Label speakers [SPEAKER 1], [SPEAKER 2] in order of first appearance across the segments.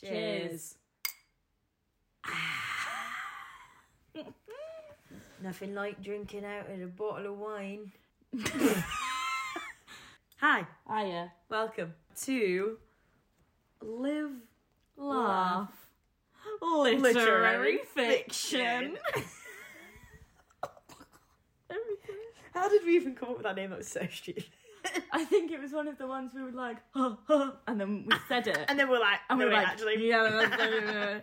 [SPEAKER 1] Cheers.
[SPEAKER 2] Nothing like drinking out of a bottle of wine.
[SPEAKER 1] Hi.
[SPEAKER 2] Hiya.
[SPEAKER 1] Welcome to Live
[SPEAKER 2] Laugh.
[SPEAKER 1] Literary,
[SPEAKER 2] fiction.
[SPEAKER 1] How did we even come up with that name? That was so stupid.
[SPEAKER 2] I think it was one of the ones we were like, huh, huh, and then we said it.
[SPEAKER 1] And then we're like,
[SPEAKER 2] And
[SPEAKER 1] no,
[SPEAKER 2] we were
[SPEAKER 1] wait,
[SPEAKER 2] like,
[SPEAKER 1] actually,
[SPEAKER 2] yeah, that's- yeah, yeah,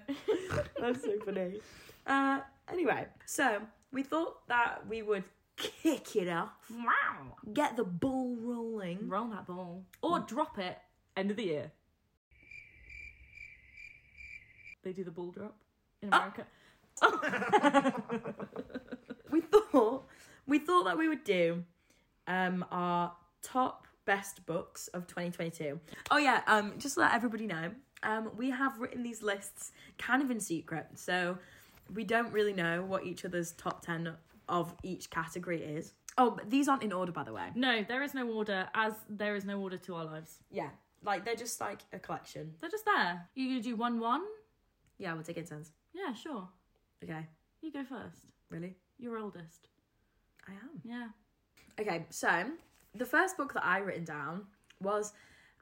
[SPEAKER 2] yeah.
[SPEAKER 1] that's so funny. Uh, anyway, so we thought that we would kick it off,
[SPEAKER 2] wow.
[SPEAKER 1] get the ball rolling.
[SPEAKER 2] Roll that ball. Or drop it. End of the year. They do the ball drop in
[SPEAKER 1] Oh.
[SPEAKER 2] America.
[SPEAKER 1] We thought we thought that we would do um, our top best books of 2022. Oh yeah, um, just to let everybody know, um, we have written these lists kind of in secret, so we don't really know what each other's top ten of each category is. Oh, but these aren't in order, by the way.
[SPEAKER 2] No, there is no order, as there is no order to our lives.
[SPEAKER 1] Yeah, like they're just like a collection.
[SPEAKER 2] They're just there. You gonna do one one?
[SPEAKER 1] Yeah, we'll take it in turns.
[SPEAKER 2] Yeah, sure.
[SPEAKER 1] Okay,
[SPEAKER 2] You go first.
[SPEAKER 1] really?
[SPEAKER 2] You're oldest.
[SPEAKER 1] I am.
[SPEAKER 2] Yeah.
[SPEAKER 1] Okay, so the first book that I written down was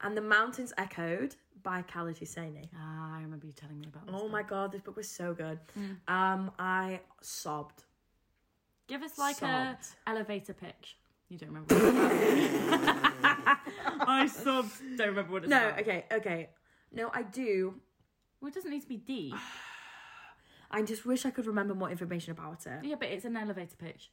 [SPEAKER 1] "And the Mountains Echoed" by Khaled Hosseini.
[SPEAKER 2] Ah, I remember you telling me about this.
[SPEAKER 1] Oh my god, this book was so good. Um, I sobbed.
[SPEAKER 2] Give us like a
[SPEAKER 1] Sobbed.
[SPEAKER 2] elevator pitch. You don't remember. What it's about. I sobbed. Don't remember what it's
[SPEAKER 1] No,
[SPEAKER 2] about.
[SPEAKER 1] okay, okay. No, I do.
[SPEAKER 2] Well, it doesn't need to be D.
[SPEAKER 1] I just wish I could remember more information about it.
[SPEAKER 2] Yeah, but it's an elevator pitch.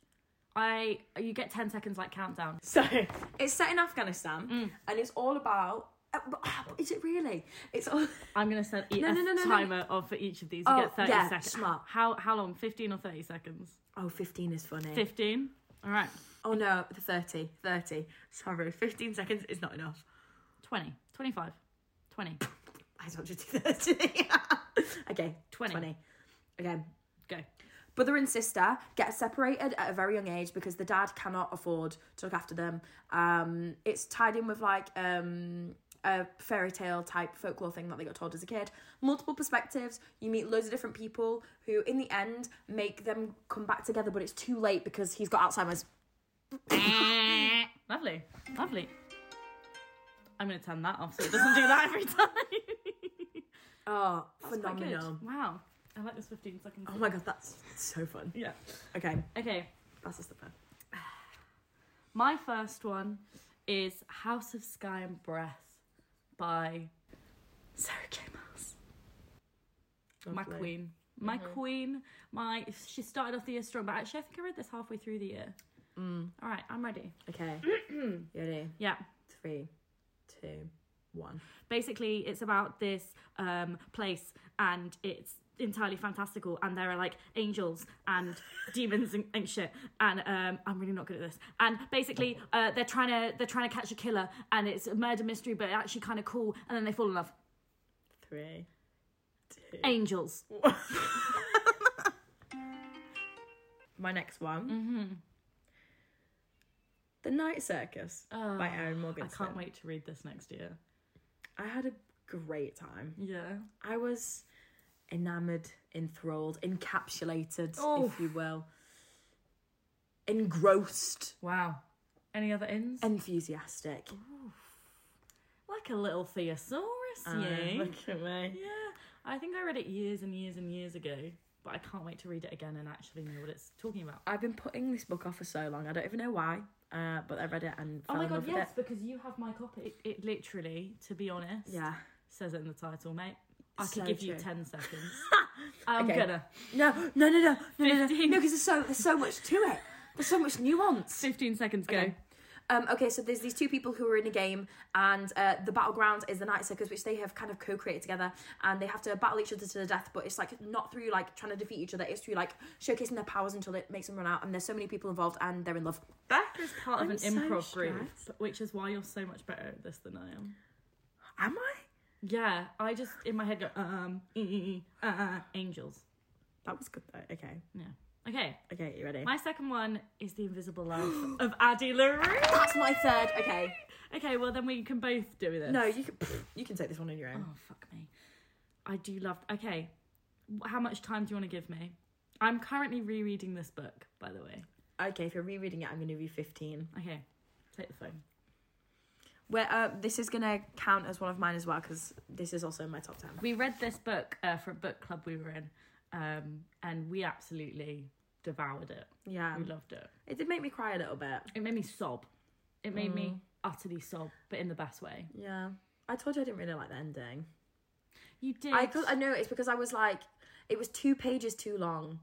[SPEAKER 2] I you get ten seconds like countdown.
[SPEAKER 1] So Mm. it's set in Afghanistan, and it's all about. uh, but- ah, but Is it really? It's all.
[SPEAKER 2] I'm gonna set e-
[SPEAKER 1] No,
[SPEAKER 2] a
[SPEAKER 1] no, no, no, no.
[SPEAKER 2] timer of for each of these. You
[SPEAKER 1] Oh,
[SPEAKER 2] get thirty
[SPEAKER 1] yeah,
[SPEAKER 2] seconds.
[SPEAKER 1] smart.
[SPEAKER 2] How how long? Fifteen or thirty seconds?
[SPEAKER 1] Oh, 15 is funny.
[SPEAKER 2] Fifteen. All right.
[SPEAKER 1] Oh no, the 30. 30. Sorry, 15 seconds is not enough.
[SPEAKER 2] 20, 25, 20.
[SPEAKER 1] I don't just do 30. okay,
[SPEAKER 2] 20.
[SPEAKER 1] 20. Okay,
[SPEAKER 2] Go.
[SPEAKER 1] Brother and sister get separated at a very young age because the dad cannot afford to look after them. Um, it's tied in with like um, a fairy tale type folklore thing that they got told as a kid. Multiple perspectives. You meet loads of different people who, in the end, make them come back together, but it's too late because he's got Alzheimer's.
[SPEAKER 2] Lovely. Lovely. I'm gonna turn that off so it doesn't do that every time.
[SPEAKER 1] Oh,
[SPEAKER 2] Quite good.
[SPEAKER 1] phenomenal.
[SPEAKER 2] Wow. I like this 15 seconds.
[SPEAKER 1] Oh my god, that's so fun.
[SPEAKER 2] Yeah.
[SPEAKER 1] Okay,
[SPEAKER 2] Okay.
[SPEAKER 1] that's just the fun.
[SPEAKER 2] My first one is House of Sky and Breath by
[SPEAKER 1] Sarah J. Maas.
[SPEAKER 2] my
[SPEAKER 1] Lovely. Mm-hmm.
[SPEAKER 2] queen. My queen. My she started off the year strong, but actually I think I read this halfway through the year.
[SPEAKER 1] Mm.
[SPEAKER 2] All right, I'm ready.
[SPEAKER 1] Okay. you ready?
[SPEAKER 2] Yeah.
[SPEAKER 1] Three, two, one.
[SPEAKER 2] basically it's about this um place and it's entirely fantastical and there are like angels and demons and, and shit and um i'm really not good at this and basically uh they're trying to they're trying to catch a killer and it's a murder mystery but actually kind of cool and then they fall in love
[SPEAKER 1] Three, two,
[SPEAKER 2] angels
[SPEAKER 1] my next one.
[SPEAKER 2] Mm-hmm.
[SPEAKER 1] The Night Circus by Aaron
[SPEAKER 2] Oh. Ah, i
[SPEAKER 1] Morganson.
[SPEAKER 2] can't wait to read this next year
[SPEAKER 1] I had a great time.
[SPEAKER 2] yeah
[SPEAKER 1] I was enamored, enthralled, encapsulated,
[SPEAKER 2] Oh.
[SPEAKER 1] if you will, engrossed,
[SPEAKER 2] wow any other ins
[SPEAKER 1] enthusiastic.
[SPEAKER 2] like a little theosaurus
[SPEAKER 1] Uh,
[SPEAKER 2] yeah
[SPEAKER 1] look at me.
[SPEAKER 2] yeah i think i read it years and years and years ago but i can't wait to read it again and actually know what it's talking about
[SPEAKER 1] I've been putting this book off for so long. I don't even know why, uh, but I read it and
[SPEAKER 2] Oh
[SPEAKER 1] fell
[SPEAKER 2] my
[SPEAKER 1] in love
[SPEAKER 2] god,
[SPEAKER 1] with
[SPEAKER 2] yes,
[SPEAKER 1] it.
[SPEAKER 2] because you have my copy. It, it literally, to be honest,
[SPEAKER 1] Yeah.
[SPEAKER 2] says it in the title, mate. I
[SPEAKER 1] So
[SPEAKER 2] could give you
[SPEAKER 1] true.
[SPEAKER 2] ten seconds. I'm
[SPEAKER 1] Okay.
[SPEAKER 2] gonna
[SPEAKER 1] No, no, no, no, no, no, no,
[SPEAKER 2] Fifteen.
[SPEAKER 1] because there's so there's so much to it. There's so much nuance.
[SPEAKER 2] fifteen seconds go.
[SPEAKER 1] Okay. Um, okay, so there's these two people who are in a game, and uh, the battleground is the Night Circus, which they have kind of co-created together, and they have to battle each other to the death. But it's like not through like trying to defeat each other; it's through like showcasing their powers until it makes them run out. And there's so many people involved, and they're in love.
[SPEAKER 2] Beth is part
[SPEAKER 1] I'm
[SPEAKER 2] of an
[SPEAKER 1] so
[SPEAKER 2] improv group,
[SPEAKER 1] stressed.
[SPEAKER 2] but- which is why you're so much better at this than I am.
[SPEAKER 1] Am I?
[SPEAKER 2] Yeah, I just in my head go um e, e, e, uh, uh, angels.
[SPEAKER 1] That was good though. Okay,
[SPEAKER 2] Yeah. Okay,
[SPEAKER 1] okay, you ready?
[SPEAKER 2] my second one is the Invisible Life of Addie LaRue.
[SPEAKER 1] That's my third. Okay.
[SPEAKER 2] Okay, well then we can both do this.
[SPEAKER 1] No, you can you can take this one on your own.
[SPEAKER 2] Oh fuck me. I do love. Okay, wh- how much time do you want to give me? I'm currently rereading this book, by the way.
[SPEAKER 1] Okay, if you're rereading it, I'm going to be 15.
[SPEAKER 2] Okay, take the phone.
[SPEAKER 1] Where uh, this is going to count as one of mine as well because this is also in my top 10.
[SPEAKER 2] We read this book uh, for a book club we were in, um, and we absolutely devoured it.
[SPEAKER 1] Yeah.
[SPEAKER 2] we loved it.
[SPEAKER 1] It did make me cry a little bit.
[SPEAKER 2] It made me sob. It made
[SPEAKER 1] Mm.
[SPEAKER 2] me utterly sob, but in the best way.
[SPEAKER 1] Yeah. I told you I didn't really like the ending.
[SPEAKER 2] You did.
[SPEAKER 1] I, cause, I know it's because I was like, it was two pages too long.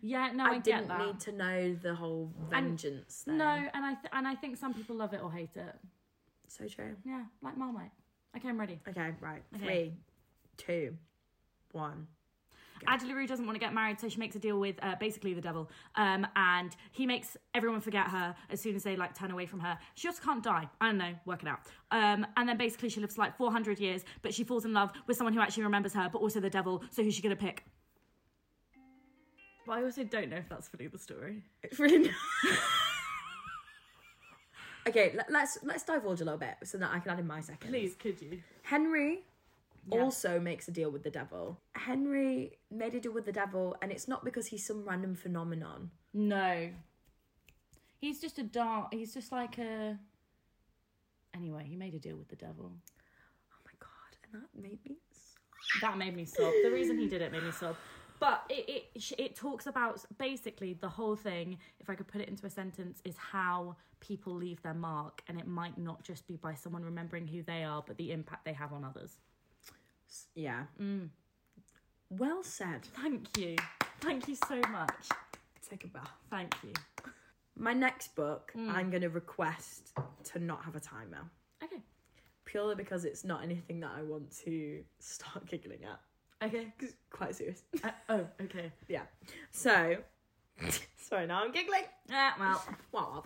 [SPEAKER 2] yeah, no, I,
[SPEAKER 1] I,
[SPEAKER 2] get
[SPEAKER 1] didn't
[SPEAKER 2] that.
[SPEAKER 1] need to know the whole vengeance thing.
[SPEAKER 2] No, and I th- and I think some people love it or hate it.
[SPEAKER 1] So true.
[SPEAKER 2] Yeah, like Marmite. Okay, I'm ready.
[SPEAKER 1] Okay, right.
[SPEAKER 2] Okay.
[SPEAKER 1] Three, two, one.
[SPEAKER 2] Adela Rue doesn't want to get married, so she makes a deal with uh, basically the devil, um, and he makes everyone forget her as soon as they like turn away from her. She just can't die. I don't know, work it out. Um, and then basically she lives like 400 years, but she falls in love with someone who actually remembers her, but also the devil. So who's she gonna pick? But I also don't know if that's fully the story.
[SPEAKER 1] It's really not- Okay, let, let's let's divulge a little bit so that I can add in my second.
[SPEAKER 2] Please, could you?
[SPEAKER 1] Henry
[SPEAKER 2] Yeah.
[SPEAKER 1] also makes a deal with the devil. Henry made a deal with the devil, and it's not because he's some random phenomenon.
[SPEAKER 2] No. He's just a dark. He's just like a. Anyway, he made a deal with the devil.
[SPEAKER 1] Oh my god! And that made me. s-
[SPEAKER 2] That made me sob. The reason he did it made me sob. But it, it sh- it talks about basically the whole thing. If I could put it into a sentence, is how people leave their mark, and it might not just be by someone remembering who they are, but the impact they have on others.
[SPEAKER 1] s- Yeah. Well said.
[SPEAKER 2] Thank you, thank you so much.
[SPEAKER 1] Take a bath. Mm.
[SPEAKER 2] Thank you.
[SPEAKER 1] My next book, I'm going to request to not have a timer,
[SPEAKER 2] Okay.
[SPEAKER 1] purely because it's not anything that I want to start giggling at.
[SPEAKER 2] Okay.
[SPEAKER 1] 'Cause it's quite serious.
[SPEAKER 2] Uh, oh, okay.
[SPEAKER 1] yeah. So, sorry, now I'm giggling.
[SPEAKER 2] Ah, well.
[SPEAKER 1] Wow.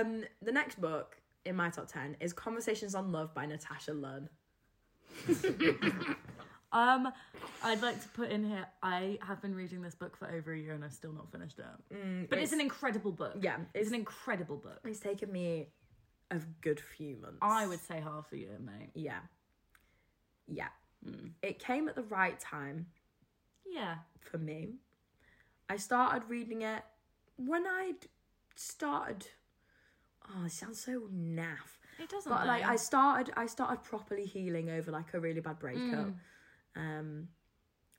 [SPEAKER 1] Um, the next book in my top ten is Conversations on Love by Natasha Lunn.
[SPEAKER 2] Um, I'd like to put in here. I have been reading this book for over a year and I've still not finished it. but Mm, it's, an incredible book.
[SPEAKER 1] Yeah,
[SPEAKER 2] it's
[SPEAKER 1] it's
[SPEAKER 2] an incredible book.
[SPEAKER 1] it's taken me a good few months.
[SPEAKER 2] I would say half a year, mate.
[SPEAKER 1] Yeah. Yeah. It came at the right time
[SPEAKER 2] Yeah,
[SPEAKER 1] for me. I started reading it when I'd started. Oh, it sounds so naff.
[SPEAKER 2] it doesn't.
[SPEAKER 1] But like
[SPEAKER 2] though.
[SPEAKER 1] I started I started properly healing over like a really bad breakup.
[SPEAKER 2] Mm.
[SPEAKER 1] Um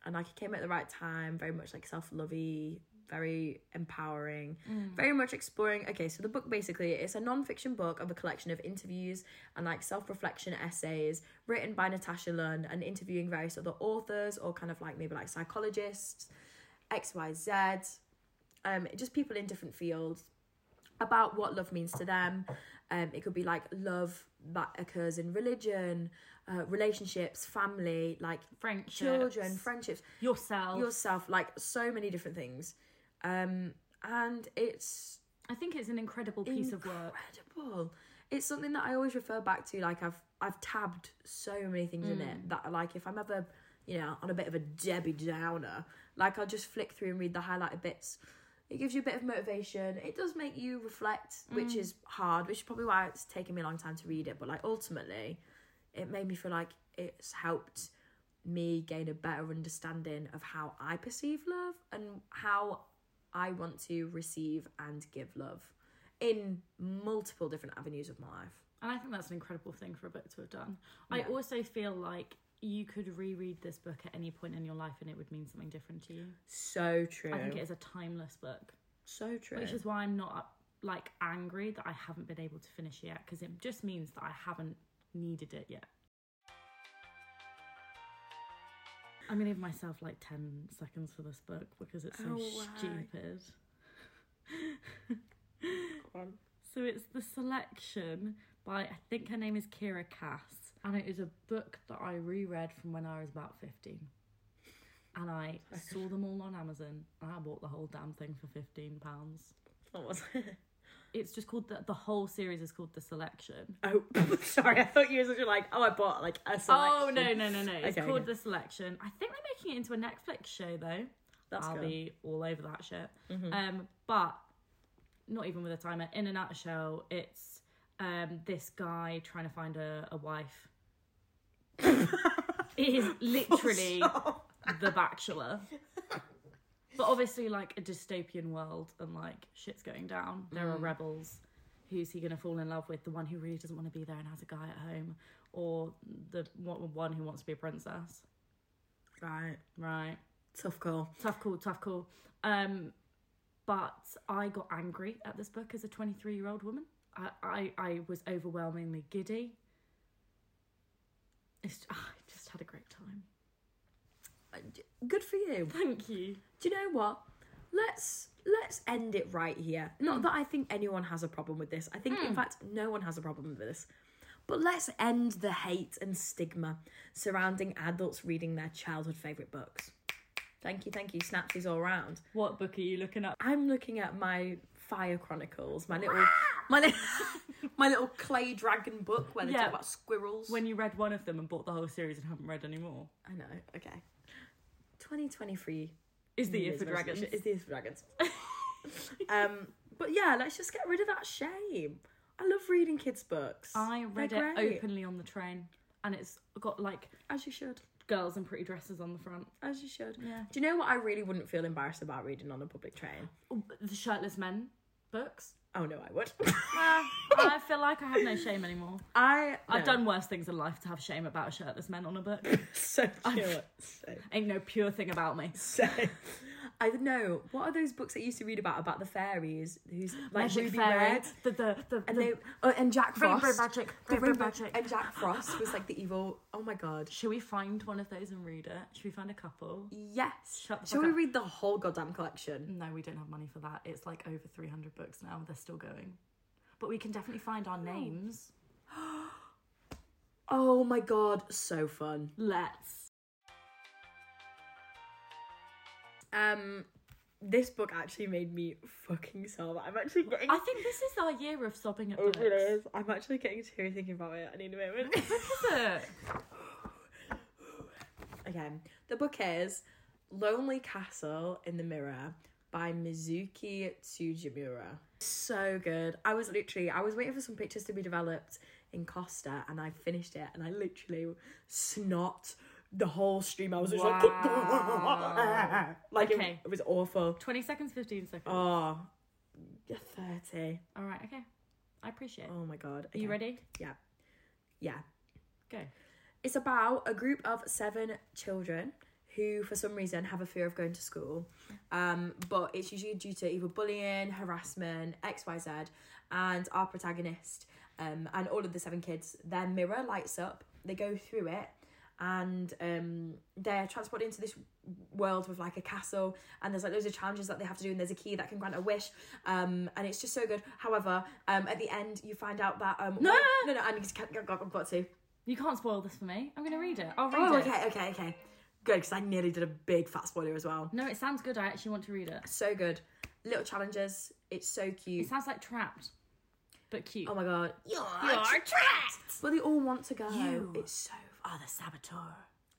[SPEAKER 1] and like it came at the right time, very much like self-lovey, very empowering,
[SPEAKER 2] Mm.
[SPEAKER 1] very much exploring. Okay, so the book basically it's a non-fiction book of a collection of interviews and like self-reflection essays written by Natasha Lunn and interviewing various other authors or kind of like maybe like psychologists, XYZ, um, just people in different fields about what love means to them. Um, it could be like love that occurs in religion, uh, relationships, family, like
[SPEAKER 2] friendships,
[SPEAKER 1] children, friendships,
[SPEAKER 2] yourself.
[SPEAKER 1] yourself, like so many different things. Um, and it's
[SPEAKER 2] I think it's an incredible piece of work.
[SPEAKER 1] incredible. It's something that I always refer back to. Like I've I've tabbed so many things in
[SPEAKER 2] Mm.
[SPEAKER 1] it that like if I'm ever you know on a bit of a Debbie Downer, like I'll just flick through and read the highlighted bits. It gives you a bit of motivation. It does make you reflect,
[SPEAKER 2] Mm.
[SPEAKER 1] which is hard, which is probably why it's taken me a long time to read it. But like ultimately, it made me feel like it's helped me gain a better understanding of how I perceive love and how I want to receive and give love in multiple different avenues of my life.
[SPEAKER 2] And I think that's an incredible thing for a book to have done. I
[SPEAKER 1] Yeah.
[SPEAKER 2] also feel like you could reread this book at any point in your life and it would mean something different to you.
[SPEAKER 1] So true.
[SPEAKER 2] I think it is a timeless book.
[SPEAKER 1] so true.
[SPEAKER 2] which is why I'm not uh, like angry that I haven't been able to finish yet because it just means that I haven't needed it yet. I'm gonna give myself like 10 seconds for this book because it's so
[SPEAKER 1] Oh, why?
[SPEAKER 2] stupid. So it's The Selection by, I think her name is Kira Cass, and it is a book that I reread from when I was about 15. And I saw them all on Amazon and I bought the whole damn thing for £15.
[SPEAKER 1] What was it?
[SPEAKER 2] It's just called the, the whole series is called the selection.
[SPEAKER 1] Oh, sorry. I thought you were such a, like, oh, I bought like a selection.
[SPEAKER 2] Oh no no no no! It's
[SPEAKER 1] Okay,
[SPEAKER 2] called
[SPEAKER 1] okay.
[SPEAKER 2] the selection. I think they're making it into a Netflix show though.
[SPEAKER 1] That's
[SPEAKER 2] I'll
[SPEAKER 1] good. Mm-hmm.
[SPEAKER 2] be all over that shit. Um, but not even with a timer. In a nutshell, it's um this guy trying to find a, a wife. It is literally
[SPEAKER 1] Stop.
[SPEAKER 2] The Bachelor. But obviously, like a dystopian world, and like shit's going down. There
[SPEAKER 1] Mm.
[SPEAKER 2] are rebels. Who's he gonna fall in love with? The one who really doesn't want to be there and has a guy at home, or the one one who wants to be a princess?
[SPEAKER 1] Right.
[SPEAKER 2] Right.
[SPEAKER 1] Tough call.
[SPEAKER 2] Tough call. Tough call. Um, but I got angry at this book as a 23 year old woman. I, I I was overwhelmingly giddy. It's, ah, I just had a great time.
[SPEAKER 1] Uh, d- Good for you.
[SPEAKER 2] Thank you.
[SPEAKER 1] do you know what let's let's end it right here not that i think anyone has a problem with this i think
[SPEAKER 2] Hmm.
[SPEAKER 1] in fact no one has a problem with this but let's end the hate and stigma surrounding adults reading their childhood favorite books thank you thank you snapsies all round
[SPEAKER 2] What book are you looking at?
[SPEAKER 1] i'm looking at my fire chronicles my little my, li- my little clay dragon book where they
[SPEAKER 2] Yeah.
[SPEAKER 1] talk about squirrels
[SPEAKER 2] When you read one of them and bought the whole series and haven't read any more,
[SPEAKER 1] i know okay 2023
[SPEAKER 2] is the Year
[SPEAKER 1] Year's
[SPEAKER 2] for
[SPEAKER 1] resolution.
[SPEAKER 2] Dragons.
[SPEAKER 1] It's the Year for Dragons. um, but yeah, let's just get rid of that shame. I love reading kids' books.
[SPEAKER 2] I
[SPEAKER 1] They're
[SPEAKER 2] read it
[SPEAKER 1] great.
[SPEAKER 2] openly on the train, and it's got like
[SPEAKER 1] As you should.
[SPEAKER 2] girls in pretty dresses on the front.
[SPEAKER 1] As you should.
[SPEAKER 2] Yeah.
[SPEAKER 1] Do you know what I really wouldn't feel embarrassed about reading on a public train?
[SPEAKER 2] The shirtless men books.
[SPEAKER 1] Oh no, I would.
[SPEAKER 2] Uh, I feel like I have no shame anymore.
[SPEAKER 1] I
[SPEAKER 2] I've
[SPEAKER 1] no.
[SPEAKER 2] done worse things in life to have shame about shirtless men on a book.
[SPEAKER 1] so chill. so
[SPEAKER 2] Ain't no pure thing about me.
[SPEAKER 1] so. I don't know. What are those books that you used to read about about the fairies? Who's like
[SPEAKER 2] Magic
[SPEAKER 1] Ruby
[SPEAKER 2] fairy, Mm-hmm.
[SPEAKER 1] Red?
[SPEAKER 2] The the the,
[SPEAKER 1] And
[SPEAKER 2] the
[SPEAKER 1] they oh, and Jack
[SPEAKER 2] rainbow
[SPEAKER 1] Frost.
[SPEAKER 2] magic.
[SPEAKER 1] The
[SPEAKER 2] Rainbow,
[SPEAKER 1] Rainbow-
[SPEAKER 2] magic.
[SPEAKER 1] And Jack Frost was like the evil. Oh my god.
[SPEAKER 2] Should we find one of those and read it? Should we find a couple?
[SPEAKER 1] Yes.
[SPEAKER 2] Shut the
[SPEAKER 1] Shall
[SPEAKER 2] fuck
[SPEAKER 1] we
[SPEAKER 2] up.
[SPEAKER 1] read the whole goddamn collection?
[SPEAKER 2] No, we don't have money for that. It's like over 300 books now. They're still going. But we can definitely find our names.
[SPEAKER 1] Oh my god, so fun.
[SPEAKER 2] Let's.
[SPEAKER 1] Um this book actually made me fucking sob. I'm actually getting
[SPEAKER 2] I think this is our year of sobbing at
[SPEAKER 1] Oh,
[SPEAKER 2] books.
[SPEAKER 1] it is. I'm actually getting teary thinking about it. I need a moment.
[SPEAKER 2] Look.
[SPEAKER 1] okay. The book is Lonely Castle in the Mirror by Mizuki Tsujimura. So good. I was literally I was waiting for some pictures to be developed in Costa and I finished it and I literally snot the whole stream. I was just
[SPEAKER 2] Wow.
[SPEAKER 1] like like it-
[SPEAKER 2] Okay.
[SPEAKER 1] it was awful.
[SPEAKER 2] 20 seconds, 15 seconds.
[SPEAKER 1] Oh, you're 30.
[SPEAKER 2] All right, okay. I appreciate it.
[SPEAKER 1] Oh my god.
[SPEAKER 2] Are you
[SPEAKER 1] Okay.
[SPEAKER 2] ready?
[SPEAKER 1] Yeah. Yeah.
[SPEAKER 2] Go.
[SPEAKER 1] It's about a group of seven children who, for some reason, have a fear of going to school. Um, but it's usually due to either bullying, harassment, XYZ. And our protagonist um, and all of the seven kids, their mirror lights up, they go through it. And um, they're transported into this world with like a castle, and there's like loads of challenges that they have to do, and there's a key that can grant a wish, um, and it's just so good. However, um, at the end, you find out that um,
[SPEAKER 2] No!
[SPEAKER 1] no, no, I need to, I've got- I've got to.
[SPEAKER 2] You can't spoil this for me. I'm going to read it. I'll read
[SPEAKER 1] Oh,
[SPEAKER 2] it.
[SPEAKER 1] okay, okay, okay. Good, because I nearly did a big fat spoiler as well.
[SPEAKER 2] No, it sounds good. I actually want to read it.
[SPEAKER 1] So good. Little challenges. It's so
[SPEAKER 2] It
[SPEAKER 1] cute.
[SPEAKER 2] sounds like trapped, but cute.
[SPEAKER 1] Oh my god. You're,
[SPEAKER 2] trapped!
[SPEAKER 1] But they all want to go.
[SPEAKER 2] You.
[SPEAKER 1] It's so.
[SPEAKER 2] Oh, the saboteur.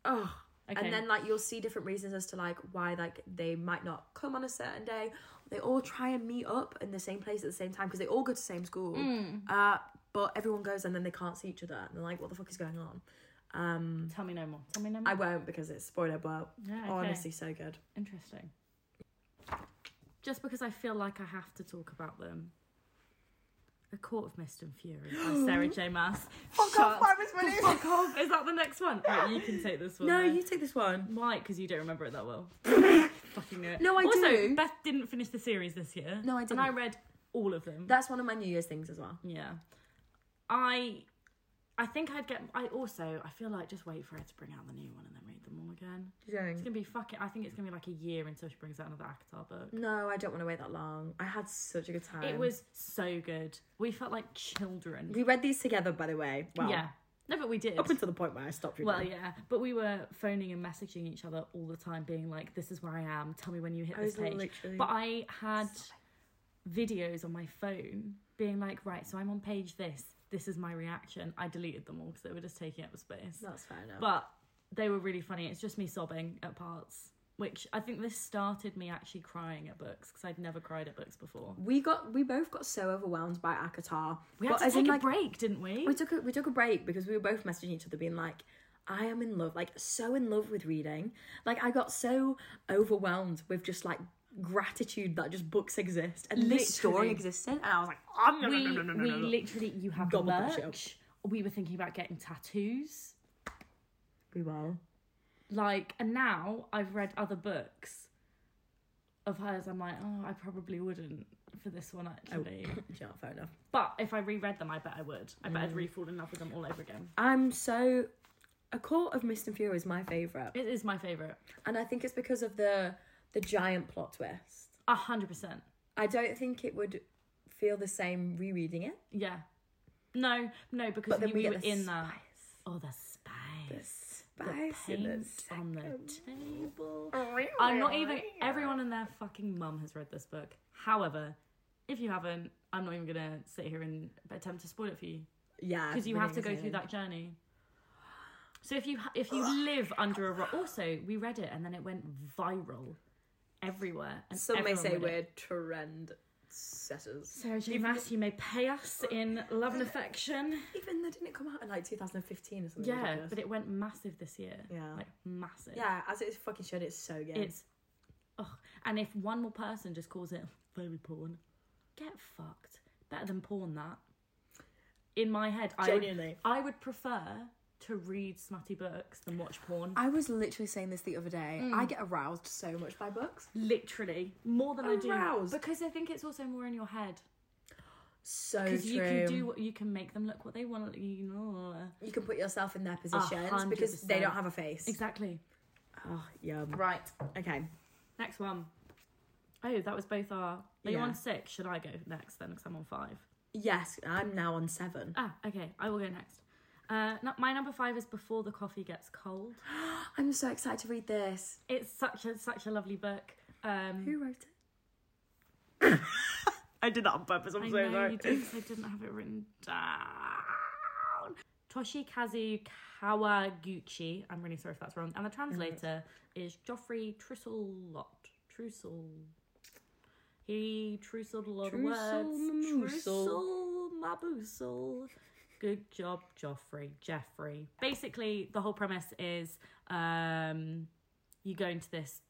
[SPEAKER 1] Oh.
[SPEAKER 2] Okay.
[SPEAKER 1] And then like you'll see different reasons as to like why like they might not come on a certain day. They all try and meet up in the same place at the same time because they all go to the same school. Uh, but everyone goes and then they can't see each other and they're like, what the fuck is going on? Um,
[SPEAKER 2] Tell me no more. Tell me no more.
[SPEAKER 1] I won't because it's spoiler, but
[SPEAKER 2] Yeah, okay.
[SPEAKER 1] honestly, so good.
[SPEAKER 2] Interesting. Just because I feel like I have to talk about them. A Court of Mist and Fury by Sarah J. Maas. Fuck Fuck off. Is that the next one? Right, you can take this one.
[SPEAKER 1] No,
[SPEAKER 2] then.
[SPEAKER 1] you take this one.
[SPEAKER 2] Why? Because you don't remember it that well. Fucking knew it.
[SPEAKER 1] No, I
[SPEAKER 2] also,
[SPEAKER 1] do.
[SPEAKER 2] Beth didn't finish the series this year.
[SPEAKER 1] No, I didn't.
[SPEAKER 2] And I read all of them.
[SPEAKER 1] That's one of my New Year's things as well.
[SPEAKER 2] Yeah. I I think I'd get I also I feel like just wait for her to bring out the new one and then read them all again. It's gonna be fucking I think it's gonna be like a year until she brings out another Akatar book.
[SPEAKER 1] No, I don't want to wait that long. I had such a good time.
[SPEAKER 2] It was so good. We felt like children.
[SPEAKER 1] We read these together, by the way. Well,
[SPEAKER 2] Yeah. No, but we did.
[SPEAKER 1] Up until the point where I stopped reading.
[SPEAKER 2] Well, yeah, but we were phoning and messaging each other all the time, being like, "This is where I am. Tell me when you hit
[SPEAKER 1] I
[SPEAKER 2] this
[SPEAKER 1] was
[SPEAKER 2] page."
[SPEAKER 1] literally-
[SPEAKER 2] But I had videos on my phone being like, "Right, so I'm on page this. This is my reaction." I deleted them all because they were just taking up space.
[SPEAKER 1] That's fair enough.
[SPEAKER 2] But they were really funny. It's just me sobbing at parts, which I think this started me actually crying at books because I'd never cried at books before.
[SPEAKER 1] we got we both got so overwhelmed by Akatar.
[SPEAKER 2] We had
[SPEAKER 1] But
[SPEAKER 2] to
[SPEAKER 1] as in,
[SPEAKER 2] take a
[SPEAKER 1] like,
[SPEAKER 2] break, didn't we?
[SPEAKER 1] We took a, we took a break because we were both messaging each other, being like, I am in love, like so in love with reading. Like I got so overwhelmed with just like gratitude that just books exist and this story
[SPEAKER 2] Literally.
[SPEAKER 1] existed, and I was like, I'm gonna
[SPEAKER 2] we, we literally, you have
[SPEAKER 1] Gobble that shit
[SPEAKER 2] merch. We were thinking about getting tattoos.
[SPEAKER 1] we will.
[SPEAKER 2] Like, and now I've read other books of hers. I'm like, oh, I probably wouldn't for this one actually.
[SPEAKER 1] Yeah, fair enough.
[SPEAKER 2] But if I reread them, I bet I would. I bet I'd
[SPEAKER 1] Mm.
[SPEAKER 2] re-fall in love with them all over again.
[SPEAKER 1] I'm so. A Court of Mist and Fury is my favorite,
[SPEAKER 2] It is my favorite,
[SPEAKER 1] and I think it's because of the the giant plot twist.
[SPEAKER 2] a hundred percent.
[SPEAKER 1] I don't think it would feel the same rereading it.
[SPEAKER 2] Yeah. No, no, because
[SPEAKER 1] But then
[SPEAKER 2] we,
[SPEAKER 1] we
[SPEAKER 2] we
[SPEAKER 1] get
[SPEAKER 2] were
[SPEAKER 1] the
[SPEAKER 2] in that.
[SPEAKER 1] spice.
[SPEAKER 2] Oh, the spice.
[SPEAKER 1] The spice in the
[SPEAKER 2] paint on the table.
[SPEAKER 1] second.
[SPEAKER 2] I'm not even. Everyone and their fucking mum has read this book. However, if you haven't, I'm not even gonna sit here and attempt to spoil it for you
[SPEAKER 1] Yeah,
[SPEAKER 2] because you
[SPEAKER 1] we're
[SPEAKER 2] have to
[SPEAKER 1] not
[SPEAKER 2] go
[SPEAKER 1] gonna
[SPEAKER 2] through
[SPEAKER 1] say
[SPEAKER 2] that journey. So if you ha- if you live under a rock, also we read it and then it went viral everywhere. And
[SPEAKER 1] Some may
[SPEAKER 2] everyone
[SPEAKER 1] say
[SPEAKER 2] read it.
[SPEAKER 1] we're trend setters.
[SPEAKER 2] Sarah J. Mass, you may pay us in love and affection.
[SPEAKER 1] Even though didn't it come out in like 2015 or something?
[SPEAKER 2] Yeah,
[SPEAKER 1] ridiculous?
[SPEAKER 2] but it went massive this year.
[SPEAKER 1] Yeah.
[SPEAKER 2] Like massive.
[SPEAKER 1] yeah, as it is fucking should, it's so good.
[SPEAKER 2] It's oh and if one more person just calls it fairy porn, get fucked. Better than porn that. In my head, I would,
[SPEAKER 1] genuinely.
[SPEAKER 2] I would prefer to read smutty books than watch porn.
[SPEAKER 1] I was literally saying this the other day. I get aroused so much by books.
[SPEAKER 2] Literally. More than
[SPEAKER 1] Aroused.
[SPEAKER 2] I do. Because I think it's also more in your head.
[SPEAKER 1] So Oh, true.
[SPEAKER 2] Because you can do what you can make them look what they want to you know.
[SPEAKER 1] You can put yourself in their positions because they
[SPEAKER 2] 100%.
[SPEAKER 1] don't have a face.
[SPEAKER 2] Exactly.
[SPEAKER 1] Oh, yum.
[SPEAKER 2] Right.
[SPEAKER 1] Okay.
[SPEAKER 2] Next one. Oh, that was both our. Are you
[SPEAKER 1] Yeah.
[SPEAKER 2] on six? Should I go next then? Because I'm on five.
[SPEAKER 1] Yes, I'm now on seven.
[SPEAKER 2] Ah, okay. I will go next. Uh, no, my number five is Before the Coffee Gets Cold.
[SPEAKER 1] I'm so excited to read this.
[SPEAKER 2] It's such a such a lovely book. Um,
[SPEAKER 1] Who wrote it? I did that on purpose. I'm
[SPEAKER 2] I know you did 'cause I didn't have it written down. Toshikazu Kawaguchi. I'm really sorry if that's wrong. And the translator is Geoffrey Trussellot. Trussell. He trusselled a lot of
[SPEAKER 1] Trussell
[SPEAKER 2] words.
[SPEAKER 1] Mamoosel.
[SPEAKER 2] Trussell Maboosel. Good job, Joffrey. Jeffrey. Basically, the whole premise is um, you go into this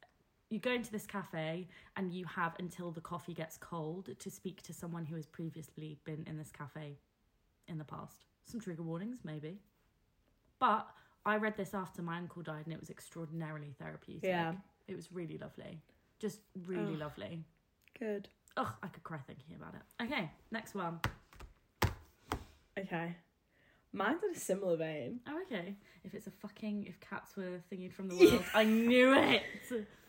[SPEAKER 2] you go into this cafe and you have until the coffee gets cold to speak to someone who has previously been in this cafe in the past. Some trigger warnings, maybe. But I read this after my uncle died and it was extraordinarily therapeutic.
[SPEAKER 1] Yeah.
[SPEAKER 2] It was really lovely. Just really
[SPEAKER 1] Ugh.
[SPEAKER 2] lovely.
[SPEAKER 1] Good.
[SPEAKER 2] Ugh, I could cry thinking about it. Okay, next one.
[SPEAKER 1] Okay. Mine's in a similar vein.
[SPEAKER 2] Oh, okay. If it's a fucking, if cats were thingied from the
[SPEAKER 1] Yeah.
[SPEAKER 2] world, I knew it.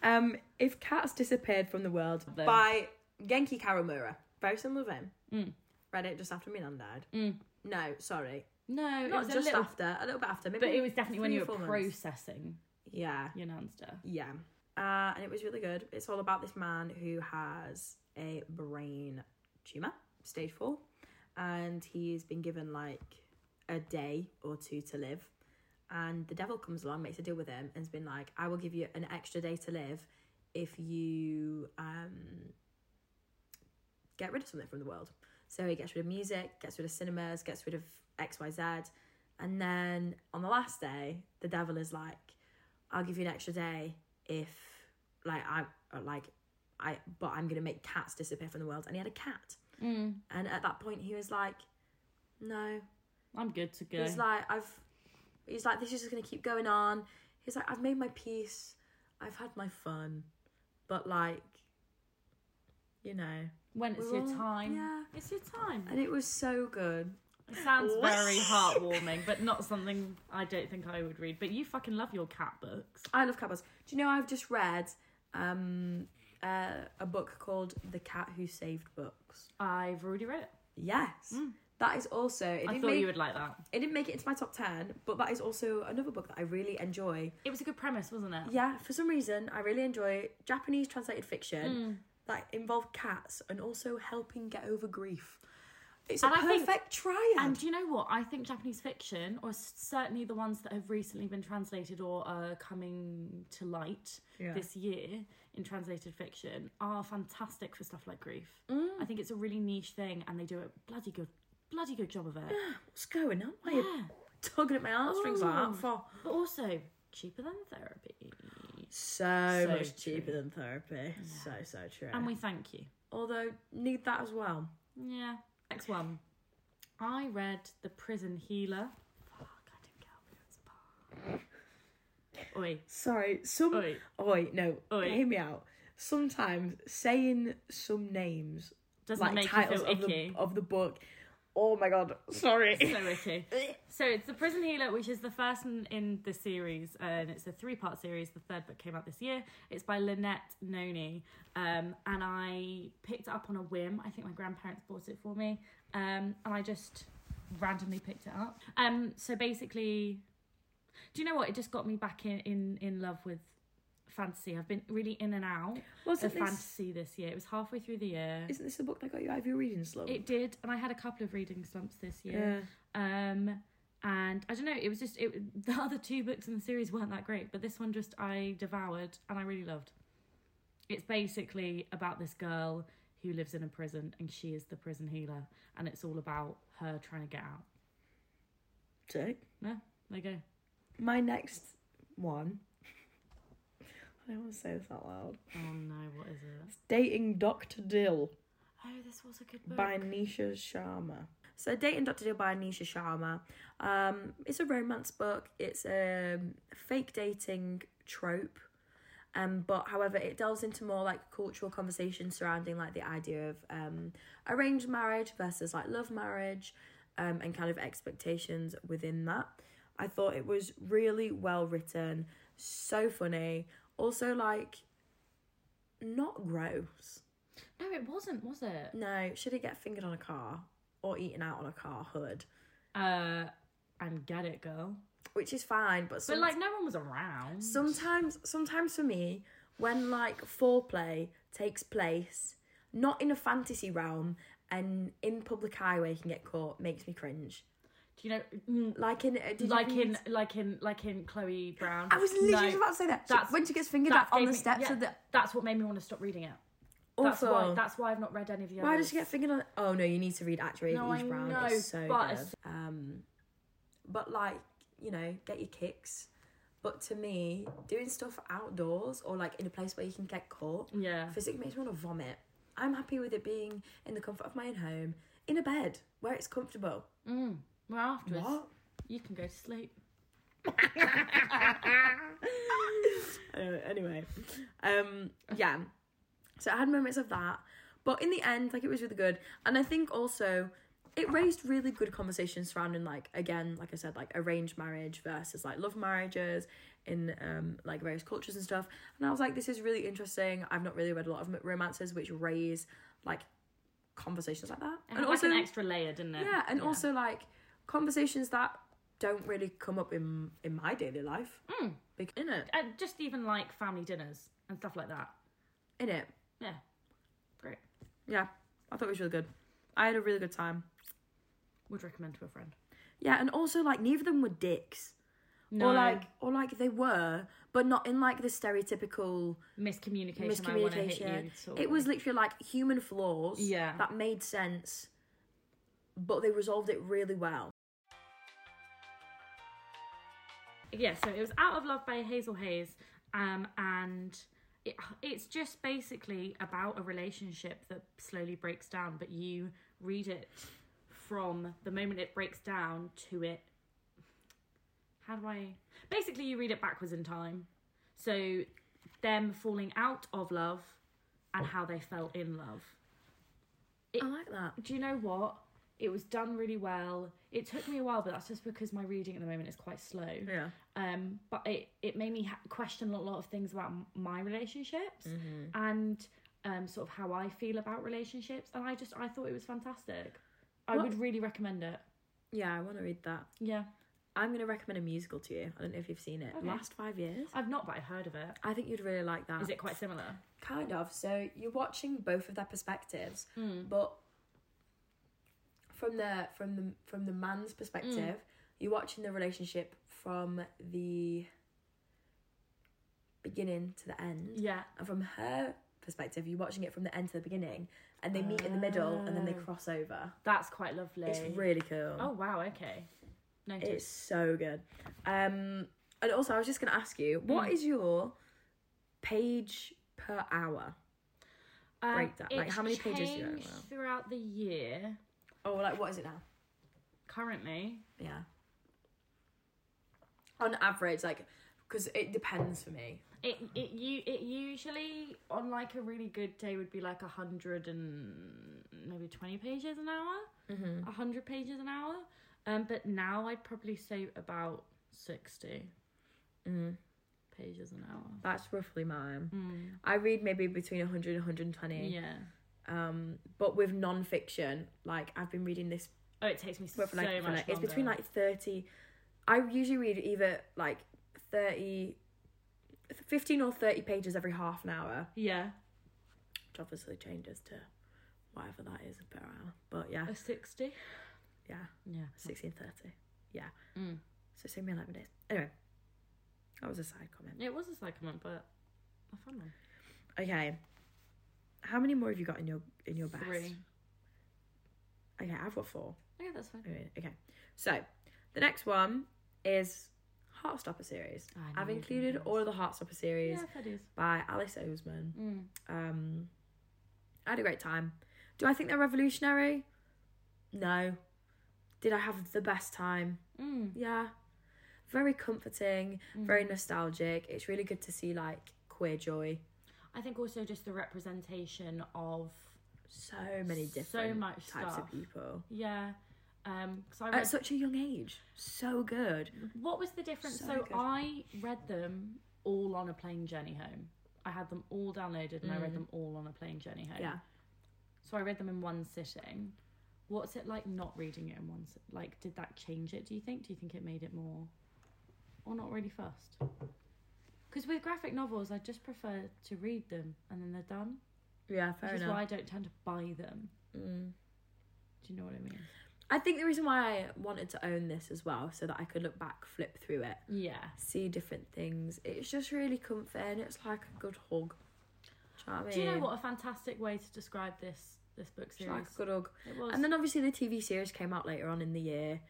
[SPEAKER 1] Um, if cats disappeared from the world
[SPEAKER 2] Then-
[SPEAKER 1] by Genki Karamura, very similar vein.
[SPEAKER 2] Mm.
[SPEAKER 1] Read it just after my nan died.
[SPEAKER 2] Mm.
[SPEAKER 1] No, sorry,
[SPEAKER 2] No, it
[SPEAKER 1] not
[SPEAKER 2] was
[SPEAKER 1] just
[SPEAKER 2] a little,
[SPEAKER 1] after, a little bit after. Maybe
[SPEAKER 2] but it was definitely when
[SPEAKER 1] three
[SPEAKER 2] you
[SPEAKER 1] or
[SPEAKER 2] were
[SPEAKER 1] four months.
[SPEAKER 2] processing
[SPEAKER 1] Yeah,
[SPEAKER 2] your nan's death.
[SPEAKER 1] yeah, uh, and it was really good. It's all about this man who has a brain tumor, stage four, and he's been given like a day or two to live. And the devil comes along, makes a deal with him, and's been like, "I will give you an extra day to live if you um, get rid of something from the world." So he gets rid of music, gets rid of cinemas, gets rid of X, Y, Z, and then on the last day, the devil is like, "I'll give you an extra day if, like, I or like, I, but I'm gonna make cats disappear from the world." And he had a cat,
[SPEAKER 2] Mm.
[SPEAKER 1] and at that point, he was like, "No,
[SPEAKER 2] I'm good to go.
[SPEAKER 1] He's like, I've. He's like, this is just gonna keep going on. He's like, I've made my peace. I've had my fun, but like, you know,
[SPEAKER 2] when it's
[SPEAKER 1] we're
[SPEAKER 2] your
[SPEAKER 1] all-
[SPEAKER 2] time.
[SPEAKER 1] Yeah,
[SPEAKER 2] It's your time.
[SPEAKER 1] and it was so good.
[SPEAKER 2] It sounds
[SPEAKER 1] What?
[SPEAKER 2] very heartwarming, but not something I don't think I would read. But you fucking love your cat books.
[SPEAKER 1] I love cat books. Do you know I've just read um uh, a book called The Cat Who Saved Books.
[SPEAKER 2] I've already read it.
[SPEAKER 1] Yes. That is also it
[SPEAKER 2] Mm. I
[SPEAKER 1] didn't,
[SPEAKER 2] thought
[SPEAKER 1] make,
[SPEAKER 2] you would like that.
[SPEAKER 1] it didn't make it into my top ten, but that is also another book that I really enjoy.
[SPEAKER 2] It was a good premise, wasn't it?
[SPEAKER 1] Yeah, for some reason I really enjoy Japanese translated fiction.
[SPEAKER 2] Mm.
[SPEAKER 1] that involve cats and also helping get over grief. It's a
[SPEAKER 2] And I think-
[SPEAKER 1] perfect triad.
[SPEAKER 2] And do you know what? I think Japanese fiction, or s- certainly the ones that have recently been translated or are coming to light
[SPEAKER 1] Yeah.
[SPEAKER 2] this year in translated fiction, are fantastic for stuff like grief. I think it's a really niche thing, and they do a bloody good, bloody good job of it.
[SPEAKER 1] What's going on? Why are you
[SPEAKER 2] Yeah.
[SPEAKER 1] tugging at my heartstrings like
[SPEAKER 2] Ooh.
[SPEAKER 1] that for.
[SPEAKER 2] But also cheaper than therapy.
[SPEAKER 1] So,
[SPEAKER 2] So
[SPEAKER 1] much
[SPEAKER 2] true.
[SPEAKER 1] cheaper than therapy. So, so true.
[SPEAKER 2] And we thank you.
[SPEAKER 1] Although, need that as well.
[SPEAKER 2] Yeah. Next one. I read The Prison Healer. Fuck, I didn't get up this part. Oi,
[SPEAKER 1] Sorry, some. Oi,
[SPEAKER 2] oi.
[SPEAKER 1] no,
[SPEAKER 2] Oi.
[SPEAKER 1] hear me out. Sometimes saying some names,
[SPEAKER 2] Doesn't
[SPEAKER 1] like
[SPEAKER 2] make you
[SPEAKER 1] titles
[SPEAKER 2] feel
[SPEAKER 1] of the,
[SPEAKER 2] icky.
[SPEAKER 1] of the book, oh my god, sorry.
[SPEAKER 2] so icky. So it's The Prison Healer, which is the first one in the series, and it's a three part series. The third book came out this year. It's by Lynette Noni. Um, and I picked it up on a whim. I think my grandparents bought it for me. Um, and I just randomly picked it up. Um, so basically, do you know what? It just got me back in, in, in love with fantasy. I've been really in and out of
[SPEAKER 1] Wasn't this,
[SPEAKER 2] fantasy this year. It was halfway through the year.
[SPEAKER 1] isn't this the book that got you out of your reading slump?
[SPEAKER 2] It did, and I had a couple of reading slumps this year um and i don't know it was just it the other two books in the series weren't that great but this one just i devoured and i really loved it's basically about this girl who lives in a prison and she is the prison healer and it's all about her trying to get out
[SPEAKER 1] Sick.
[SPEAKER 2] there you go
[SPEAKER 1] My next one. I don't want to say this out loud.
[SPEAKER 2] oh no what is it
[SPEAKER 1] It's Dating Dr. Dill
[SPEAKER 2] oh this was a good book
[SPEAKER 1] by Nisha Sharma. So, Dating Dr. Dill by Nisha Sharma. Um, it's a romance book. It's a um, fake dating trope. Um, but however, it delves into more like cultural conversations surrounding like the idea of um, arranged marriage versus like love marriage, um, and kind of expectations within that. I thought it was really well written, so funny, also like not gross.
[SPEAKER 2] no it wasn't was it
[SPEAKER 1] No, should he get fingered on a car or eaten out on a car hood?
[SPEAKER 2] uh and get it girl
[SPEAKER 1] Which is fine, but,
[SPEAKER 2] but
[SPEAKER 1] some,
[SPEAKER 2] like no one was around
[SPEAKER 1] sometimes, sometimes for me, when like foreplay takes place, not in a fantasy realm and in public highway can get caught, makes me cringe.
[SPEAKER 2] do you know mm,
[SPEAKER 1] Like in, uh, did you
[SPEAKER 2] like
[SPEAKER 1] read-
[SPEAKER 2] in like in like in chloe brown
[SPEAKER 1] I was literally
[SPEAKER 2] No.
[SPEAKER 1] just about to say that. She-
[SPEAKER 2] that's-
[SPEAKER 1] when she gets fingered
[SPEAKER 2] that
[SPEAKER 1] out on
[SPEAKER 2] gave
[SPEAKER 1] the
[SPEAKER 2] me-
[SPEAKER 1] steps
[SPEAKER 2] yeah,
[SPEAKER 1] of the
[SPEAKER 2] That's what made me want to stop reading it. That's
[SPEAKER 1] awful.
[SPEAKER 2] why. That's why I've not read any of the others.
[SPEAKER 1] Why does she get fingered on? Oh no, you need to read Actually
[SPEAKER 2] No,
[SPEAKER 1] Eve
[SPEAKER 2] I
[SPEAKER 1] Brown.
[SPEAKER 2] know,
[SPEAKER 1] it's so
[SPEAKER 2] but
[SPEAKER 1] good.
[SPEAKER 2] it's-
[SPEAKER 1] Um, but like you know, get your kicks. But to me, doing stuff outdoors or like in a place where you can get caught,
[SPEAKER 2] Yeah.
[SPEAKER 1] physically makes me want to vomit. I'm happy with it being in the comfort of my own home, in a bed where it's comfortable.
[SPEAKER 2] Mm. Well, afterwards,
[SPEAKER 1] What?
[SPEAKER 2] you can go to sleep.
[SPEAKER 1] Uh, anyway, um, yeah. So I had moments of that, but in the end, like it was really good, and I think also it raised really good conversations surrounding like again, like I said, like arranged marriage versus like love marriages in um like various cultures and stuff. And I was like, this is really interesting. I've not really read a lot of m- romances which raise like conversations like that,
[SPEAKER 2] It had, like, an extra layer, didn't it?
[SPEAKER 1] yeah, and also like conversations that don't really come up in in my daily life.
[SPEAKER 2] Mm.
[SPEAKER 1] Bec- In it,
[SPEAKER 2] Uh, just even like family dinners and stuff like that.
[SPEAKER 1] in it.
[SPEAKER 2] Yeah. Great.
[SPEAKER 1] Yeah, I thought it was really good. I had a really good time.
[SPEAKER 2] Would recommend to a friend.
[SPEAKER 1] Yeah, and also like neither of them were dicks,
[SPEAKER 2] No.
[SPEAKER 1] or like or like they were, but not in like the stereotypical
[SPEAKER 2] miscommunication. I want to hit you.
[SPEAKER 1] miscommunication.
[SPEAKER 2] sort
[SPEAKER 1] It
[SPEAKER 2] of.
[SPEAKER 1] was literally like human flaws.
[SPEAKER 2] Yeah.
[SPEAKER 1] that made sense, but they resolved it really well.
[SPEAKER 2] yeah, so it was Out of Love by Hazel Hayes, um, and it, it's just basically about a relationship that slowly breaks down, but you read it from the moment it breaks down to it. How do I? Basically, you read it backwards in time. So, them falling out of love and how they fell in love
[SPEAKER 1] I like that.
[SPEAKER 2] do you know what? It was done really well. It took me a while, but that's just because my reading at the moment is quite slow.
[SPEAKER 1] Yeah.
[SPEAKER 2] Um, but it, it made me ha- question a lot of things about m- my relationships
[SPEAKER 1] Mm-hmm.
[SPEAKER 2] and um, sort of how I feel about relationships. And I just I thought it was fantastic. I
[SPEAKER 1] What-
[SPEAKER 2] would really recommend it.
[SPEAKER 1] Yeah, I want to read that.
[SPEAKER 2] Yeah,
[SPEAKER 1] I'm gonna recommend a musical to you. I don't know if you've seen it.
[SPEAKER 2] Okay.
[SPEAKER 1] Last five years.
[SPEAKER 2] I've not, but I've heard of it.
[SPEAKER 1] I think you'd really like that.
[SPEAKER 2] Is it quite similar?
[SPEAKER 1] Kind of. So you're watching both of their perspectives, but from the from the from the man's perspective, you're watching the relationship from the beginning to the end,
[SPEAKER 2] Yeah.
[SPEAKER 1] and from her perspective, you're watching it from the end to the beginning, and they meet in the middle, and then they
[SPEAKER 2] Oh.
[SPEAKER 1] cross over.
[SPEAKER 2] That's quite lovely.
[SPEAKER 1] Oh, It's really cool.
[SPEAKER 2] oh wow. Okay. Noted.
[SPEAKER 1] It's so good. Um, and also, I was just going to ask you, what is your page per hour?
[SPEAKER 2] Um,
[SPEAKER 1] breakdown, like,
[SPEAKER 2] it's
[SPEAKER 1] how many pages do you have
[SPEAKER 2] changed
[SPEAKER 1] now?
[SPEAKER 2] throughout the year?
[SPEAKER 1] Oh, like what is it now?
[SPEAKER 2] Currently,
[SPEAKER 1] Yeah. On average, like, because it depends for me.
[SPEAKER 2] it it you it usually on like a really good day would be like a hundred and maybe twenty pages an hour.
[SPEAKER 1] Mm-hmm.
[SPEAKER 2] a 100 pages an hour. Um, but now I'd probably say about 60 Mm-hmm.
[SPEAKER 1] Mm.
[SPEAKER 2] pages an hour.
[SPEAKER 1] That's roughly mine.
[SPEAKER 2] Mm.
[SPEAKER 1] I read maybe between 100 and 120.
[SPEAKER 2] Yeah.
[SPEAKER 1] Um, but with non-fiction, like I've been reading this
[SPEAKER 2] Oh, it takes me so
[SPEAKER 1] book for like, for,
[SPEAKER 2] much
[SPEAKER 1] like- it's between
[SPEAKER 2] longer.
[SPEAKER 1] like 30. I usually read either like 30, 15 or 30 pages every half an hour,
[SPEAKER 2] yeah,
[SPEAKER 1] which obviously changes to whatever that is per hour. But yeah,
[SPEAKER 2] a 60.
[SPEAKER 1] yeah,
[SPEAKER 2] Yeah.
[SPEAKER 1] 1630. Hmm.
[SPEAKER 2] Mm.
[SPEAKER 1] So it took me 11 days. Anyway, that was a side comment.
[SPEAKER 2] It was a side comment, but a fun one.
[SPEAKER 1] Okay. How many more have you got in your in your best?
[SPEAKER 2] Three.
[SPEAKER 1] Okay, I've got four.
[SPEAKER 2] Okay, that's fine.
[SPEAKER 1] Okay, okay. So the next one is Heartstopper series.
[SPEAKER 2] I know
[SPEAKER 1] I've
[SPEAKER 2] you're
[SPEAKER 1] included
[SPEAKER 2] doing
[SPEAKER 1] all of the Heartstopper series
[SPEAKER 2] Oh Yeah, that is.
[SPEAKER 1] by Alice Oseman.
[SPEAKER 2] Mm.
[SPEAKER 1] Um, I had a great time. Do I think they're revolutionary? No. Did I have the best time?
[SPEAKER 2] Mm.
[SPEAKER 1] Yeah. Very comforting,
[SPEAKER 2] Mm.
[SPEAKER 1] very nostalgic. It's really good to see like queer joy.
[SPEAKER 2] I think also just the representation of,
[SPEAKER 1] So many different
[SPEAKER 2] much
[SPEAKER 1] types
[SPEAKER 2] stuff.
[SPEAKER 1] of people Uh,
[SPEAKER 2] yeah. Um, 'cause I read
[SPEAKER 1] at such a young age. So good.
[SPEAKER 2] What was the difference?
[SPEAKER 1] So
[SPEAKER 2] So,
[SPEAKER 1] good.
[SPEAKER 2] I read them all on a plane journey home. I had them all downloaded and I
[SPEAKER 1] Mm.
[SPEAKER 2] read them all on a plane journey home.
[SPEAKER 1] Yeah.
[SPEAKER 2] So I read them in one sitting. What's it like not reading it in one sit? Like, did that change it? Do you think? Do you think it made it more, or not really fussed? Because with graphic novels, I just prefer to read them and then they're done.
[SPEAKER 1] Yeah, fair
[SPEAKER 2] which is
[SPEAKER 1] enough.
[SPEAKER 2] why I don't tend to buy them.
[SPEAKER 1] Mm.
[SPEAKER 2] Do you know what I mean?
[SPEAKER 1] I think the reason why I wanted to own this as well, so that I could look back, flip through it,
[SPEAKER 2] Yeah.
[SPEAKER 1] see different things. It's just really comforting. It's like a good hug. Do you know what I mean?
[SPEAKER 2] Do you know what a fantastic way to describe this this book
[SPEAKER 1] It's
[SPEAKER 2] series?
[SPEAKER 1] like a good hug.
[SPEAKER 2] It was.
[SPEAKER 1] And then obviously the TV series came out later on in the year.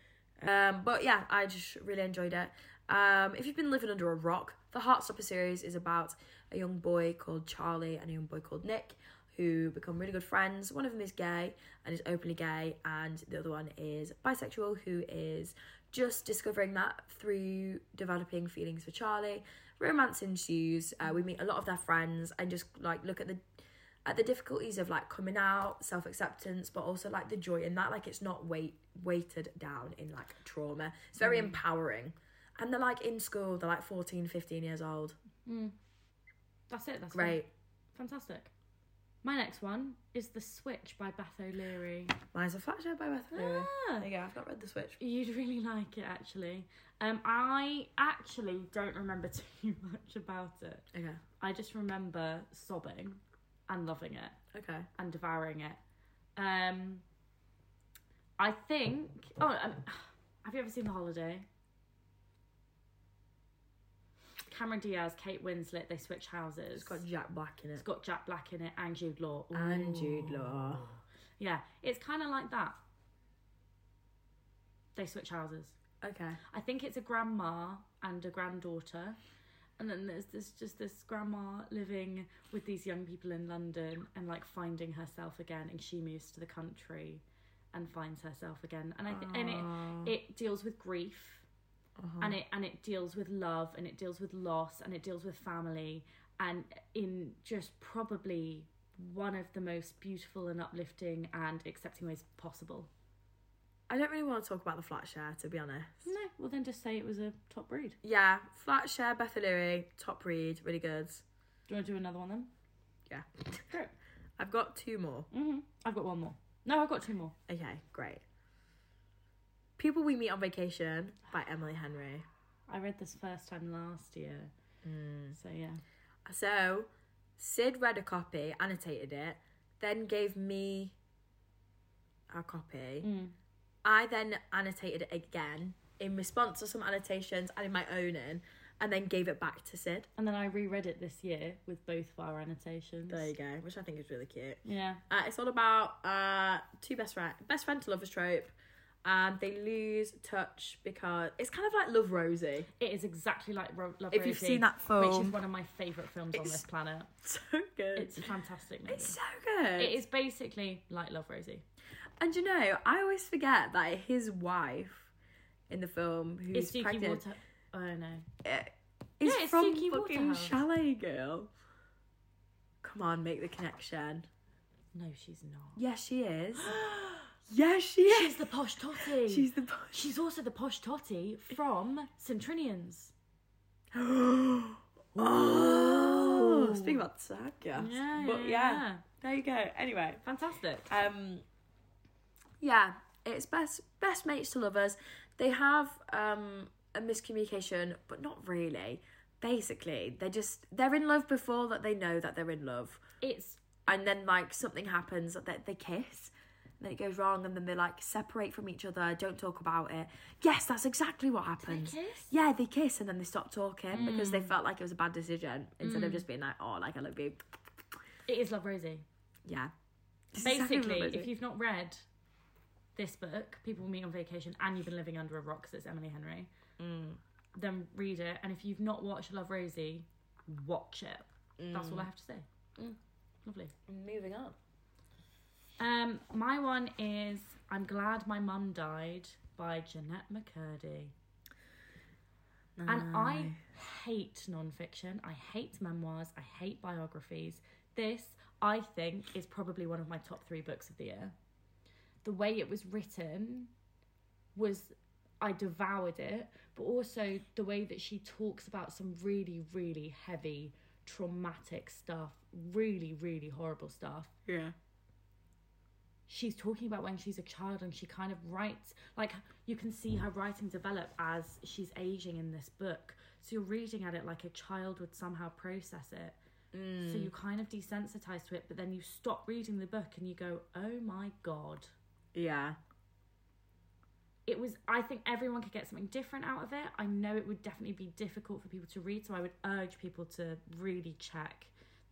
[SPEAKER 1] Um, but yeah, I just really enjoyed it. Um, if you've been living under a rock, the Heartstopper series is about a young boy called Charlie and a young boy called Nick who become really good friends. One of them is gay and is openly gay, and the other one is bisexual who is just discovering that through developing feelings for Charlie. Romance ensues. Uh, we meet a lot of their friends and just like look at the at the difficulties of like coming out, self acceptance, but also like the joy in that. Like it's not weight weighted down in like trauma. It's very empowering. And they're like in school, they're like 14, 15 years old.
[SPEAKER 2] Mm. That's it. That's fine.
[SPEAKER 1] Great.
[SPEAKER 2] Fantastic. My next one is The Switch by Beth O'Leary.
[SPEAKER 1] Mine's a flat show by Beth O'Leary.
[SPEAKER 2] Ah,
[SPEAKER 1] There you go, I've not read The Switch.
[SPEAKER 2] you'd really like it, actually. Um, I actually don't remember too much about it.
[SPEAKER 1] Okay.
[SPEAKER 2] I just remember sobbing and loving it
[SPEAKER 1] Okay.
[SPEAKER 2] and devouring it. Um, I think. Oh, um, have you ever seen The Holiday? Cameron Diaz, Kate Winslet, they switch houses.
[SPEAKER 1] It's got Jack Black in
[SPEAKER 2] It's
[SPEAKER 1] it.
[SPEAKER 2] got Jack Black in it and Jude Law.
[SPEAKER 1] And
[SPEAKER 2] Ooh.
[SPEAKER 1] Jude Law.
[SPEAKER 2] Yeah, it's kind of like that. They switch houses.
[SPEAKER 1] Okay.
[SPEAKER 2] I think it's a grandma and a granddaughter. And then there's this just this grandma living with these young people in London and like finding herself again and she moves to the country and finds herself again. And I think and it it deals with grief
[SPEAKER 1] Uh-huh.
[SPEAKER 2] and it and it deals with love and it deals with loss and it deals with family and in just probably one of the most beautiful and uplifting and accepting ways possible.
[SPEAKER 1] I don't really want to talk about the flat share, to be honest.
[SPEAKER 2] No, well then just say it was a top breed.
[SPEAKER 1] Yeah, flat share, Beth O'Leary, top read, really good.
[SPEAKER 2] Do you want to do another one then?
[SPEAKER 1] Yeah.
[SPEAKER 2] Great.
[SPEAKER 1] I've got two more.
[SPEAKER 2] hmm I've got one more. No, I've got two more.
[SPEAKER 1] Okay, great. People We Meet on Vacation by Emily Henry.
[SPEAKER 2] I read this first time last year.
[SPEAKER 1] Mm.
[SPEAKER 2] So yeah.
[SPEAKER 1] So, Sid read a copy, annotated it, then gave me a copy.
[SPEAKER 2] Mm.
[SPEAKER 1] I then annotated it again in response to some annotations and in my own in, and then gave it back to Sid.
[SPEAKER 2] And then I reread it this year with both of our annotations.
[SPEAKER 1] There you go, which I think is really cute.
[SPEAKER 2] Yeah.
[SPEAKER 1] Uh, it's all about uh, two best friend, best friend to lovers trope, and they lose touch because it's kind of like Love Rosie.
[SPEAKER 2] It is exactly like Ro- Love
[SPEAKER 1] If you've
[SPEAKER 2] Rosie,
[SPEAKER 1] seen that
[SPEAKER 2] which
[SPEAKER 1] film.
[SPEAKER 2] is one of my favourite films on
[SPEAKER 1] It's-
[SPEAKER 2] this planet.
[SPEAKER 1] So good.
[SPEAKER 2] It's a fantastic movie.
[SPEAKER 1] It's so good.
[SPEAKER 2] It is basically like Love Rosie.
[SPEAKER 1] And you know, I always forget that his wife in the film,
[SPEAKER 2] It's
[SPEAKER 1] who's
[SPEAKER 2] Dookie
[SPEAKER 1] pregnant,
[SPEAKER 2] Water. Oh no.
[SPEAKER 1] uh, is
[SPEAKER 2] Yeah, it's
[SPEAKER 1] from
[SPEAKER 2] Dookie
[SPEAKER 1] fucking
[SPEAKER 2] Waterhouse.
[SPEAKER 1] Chalet Girl. Come on, make the connection.
[SPEAKER 2] No, she's not.
[SPEAKER 1] Yes, she is. yes, she is.
[SPEAKER 2] She's the posh totty.
[SPEAKER 1] She's the.
[SPEAKER 2] She's also the posh totty from Centrinians.
[SPEAKER 1] oh, speaking about sad gas.
[SPEAKER 2] Yeah,
[SPEAKER 1] but
[SPEAKER 2] yeah,
[SPEAKER 1] yeah,
[SPEAKER 2] yeah.
[SPEAKER 1] there you go. Anyway,
[SPEAKER 2] Fantastic.
[SPEAKER 1] um, yeah, it's best best mates to lovers. They have um a miscommunication, but not really. Basically, they just they're in love before that they know that they're in love,
[SPEAKER 2] It's
[SPEAKER 1] and then like something happens that they kiss. And then it goes wrong, and then they like separate from each other. Don't talk about it. Yes, that's exactly what happens.
[SPEAKER 2] kiss?
[SPEAKER 1] Yeah, they kiss and then they stop talking because they felt like it was a bad decision instead of just being like, "Oh, like I love you."
[SPEAKER 2] it is Love Rosie.
[SPEAKER 1] Yeah. It's exactly
[SPEAKER 2] Basically,
[SPEAKER 1] what it is.
[SPEAKER 2] if you've not read this book, People Meet on Vacation, and you've been living under a rock because it's Emily Henry, then read it. And if you've not watched Love Rosie, watch it. That's all I have to say. Lovely.
[SPEAKER 1] moving on.
[SPEAKER 2] Um, my one is I'm Glad My Mum Died by Jeanette McCurdy. And I hate nonfiction. I hate memoirs. I hate biographies. This, I think, is probably one of my top three books of the year. The way it was written was, I devoured it, but also the way that she talks about some really, really heavy, traumatic stuff, really, really horrible stuff
[SPEAKER 1] Yeah.
[SPEAKER 2] she's talking about when she's a child and she kind of writes like you can see her writing develop as she's aging in this book so you're reading at it like a child would somehow process it so you kind of desensitize to it but then you stop reading the book and you go oh my god
[SPEAKER 1] Yeah.
[SPEAKER 2] it was i think everyone could get something different out of it i know it would definitely be difficult for people to read so i would urge people to really check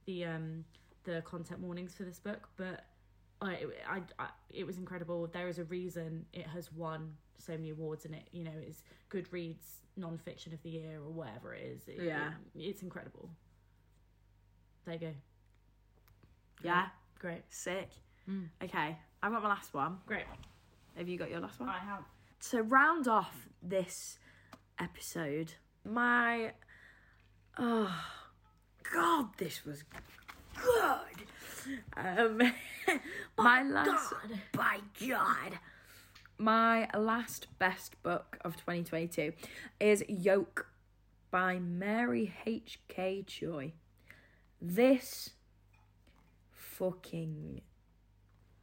[SPEAKER 2] the um the content warnings for this book but I, I, I it was incredible there is a reason it has won so many awards and it you know is goodreads non-fiction of the year or whatever it is It-
[SPEAKER 1] Yeah.
[SPEAKER 2] it- it's incredible there you go
[SPEAKER 1] Yeah.
[SPEAKER 2] great
[SPEAKER 1] Sick. Okay. I've got my last one.
[SPEAKER 2] great
[SPEAKER 1] Have you got your last one?
[SPEAKER 2] i have
[SPEAKER 1] to round off this episode, my oh god, this was good. Um, my last
[SPEAKER 2] God.
[SPEAKER 1] by God, my last best book of 2022 is Yoke by Mary H K Choi. This fucking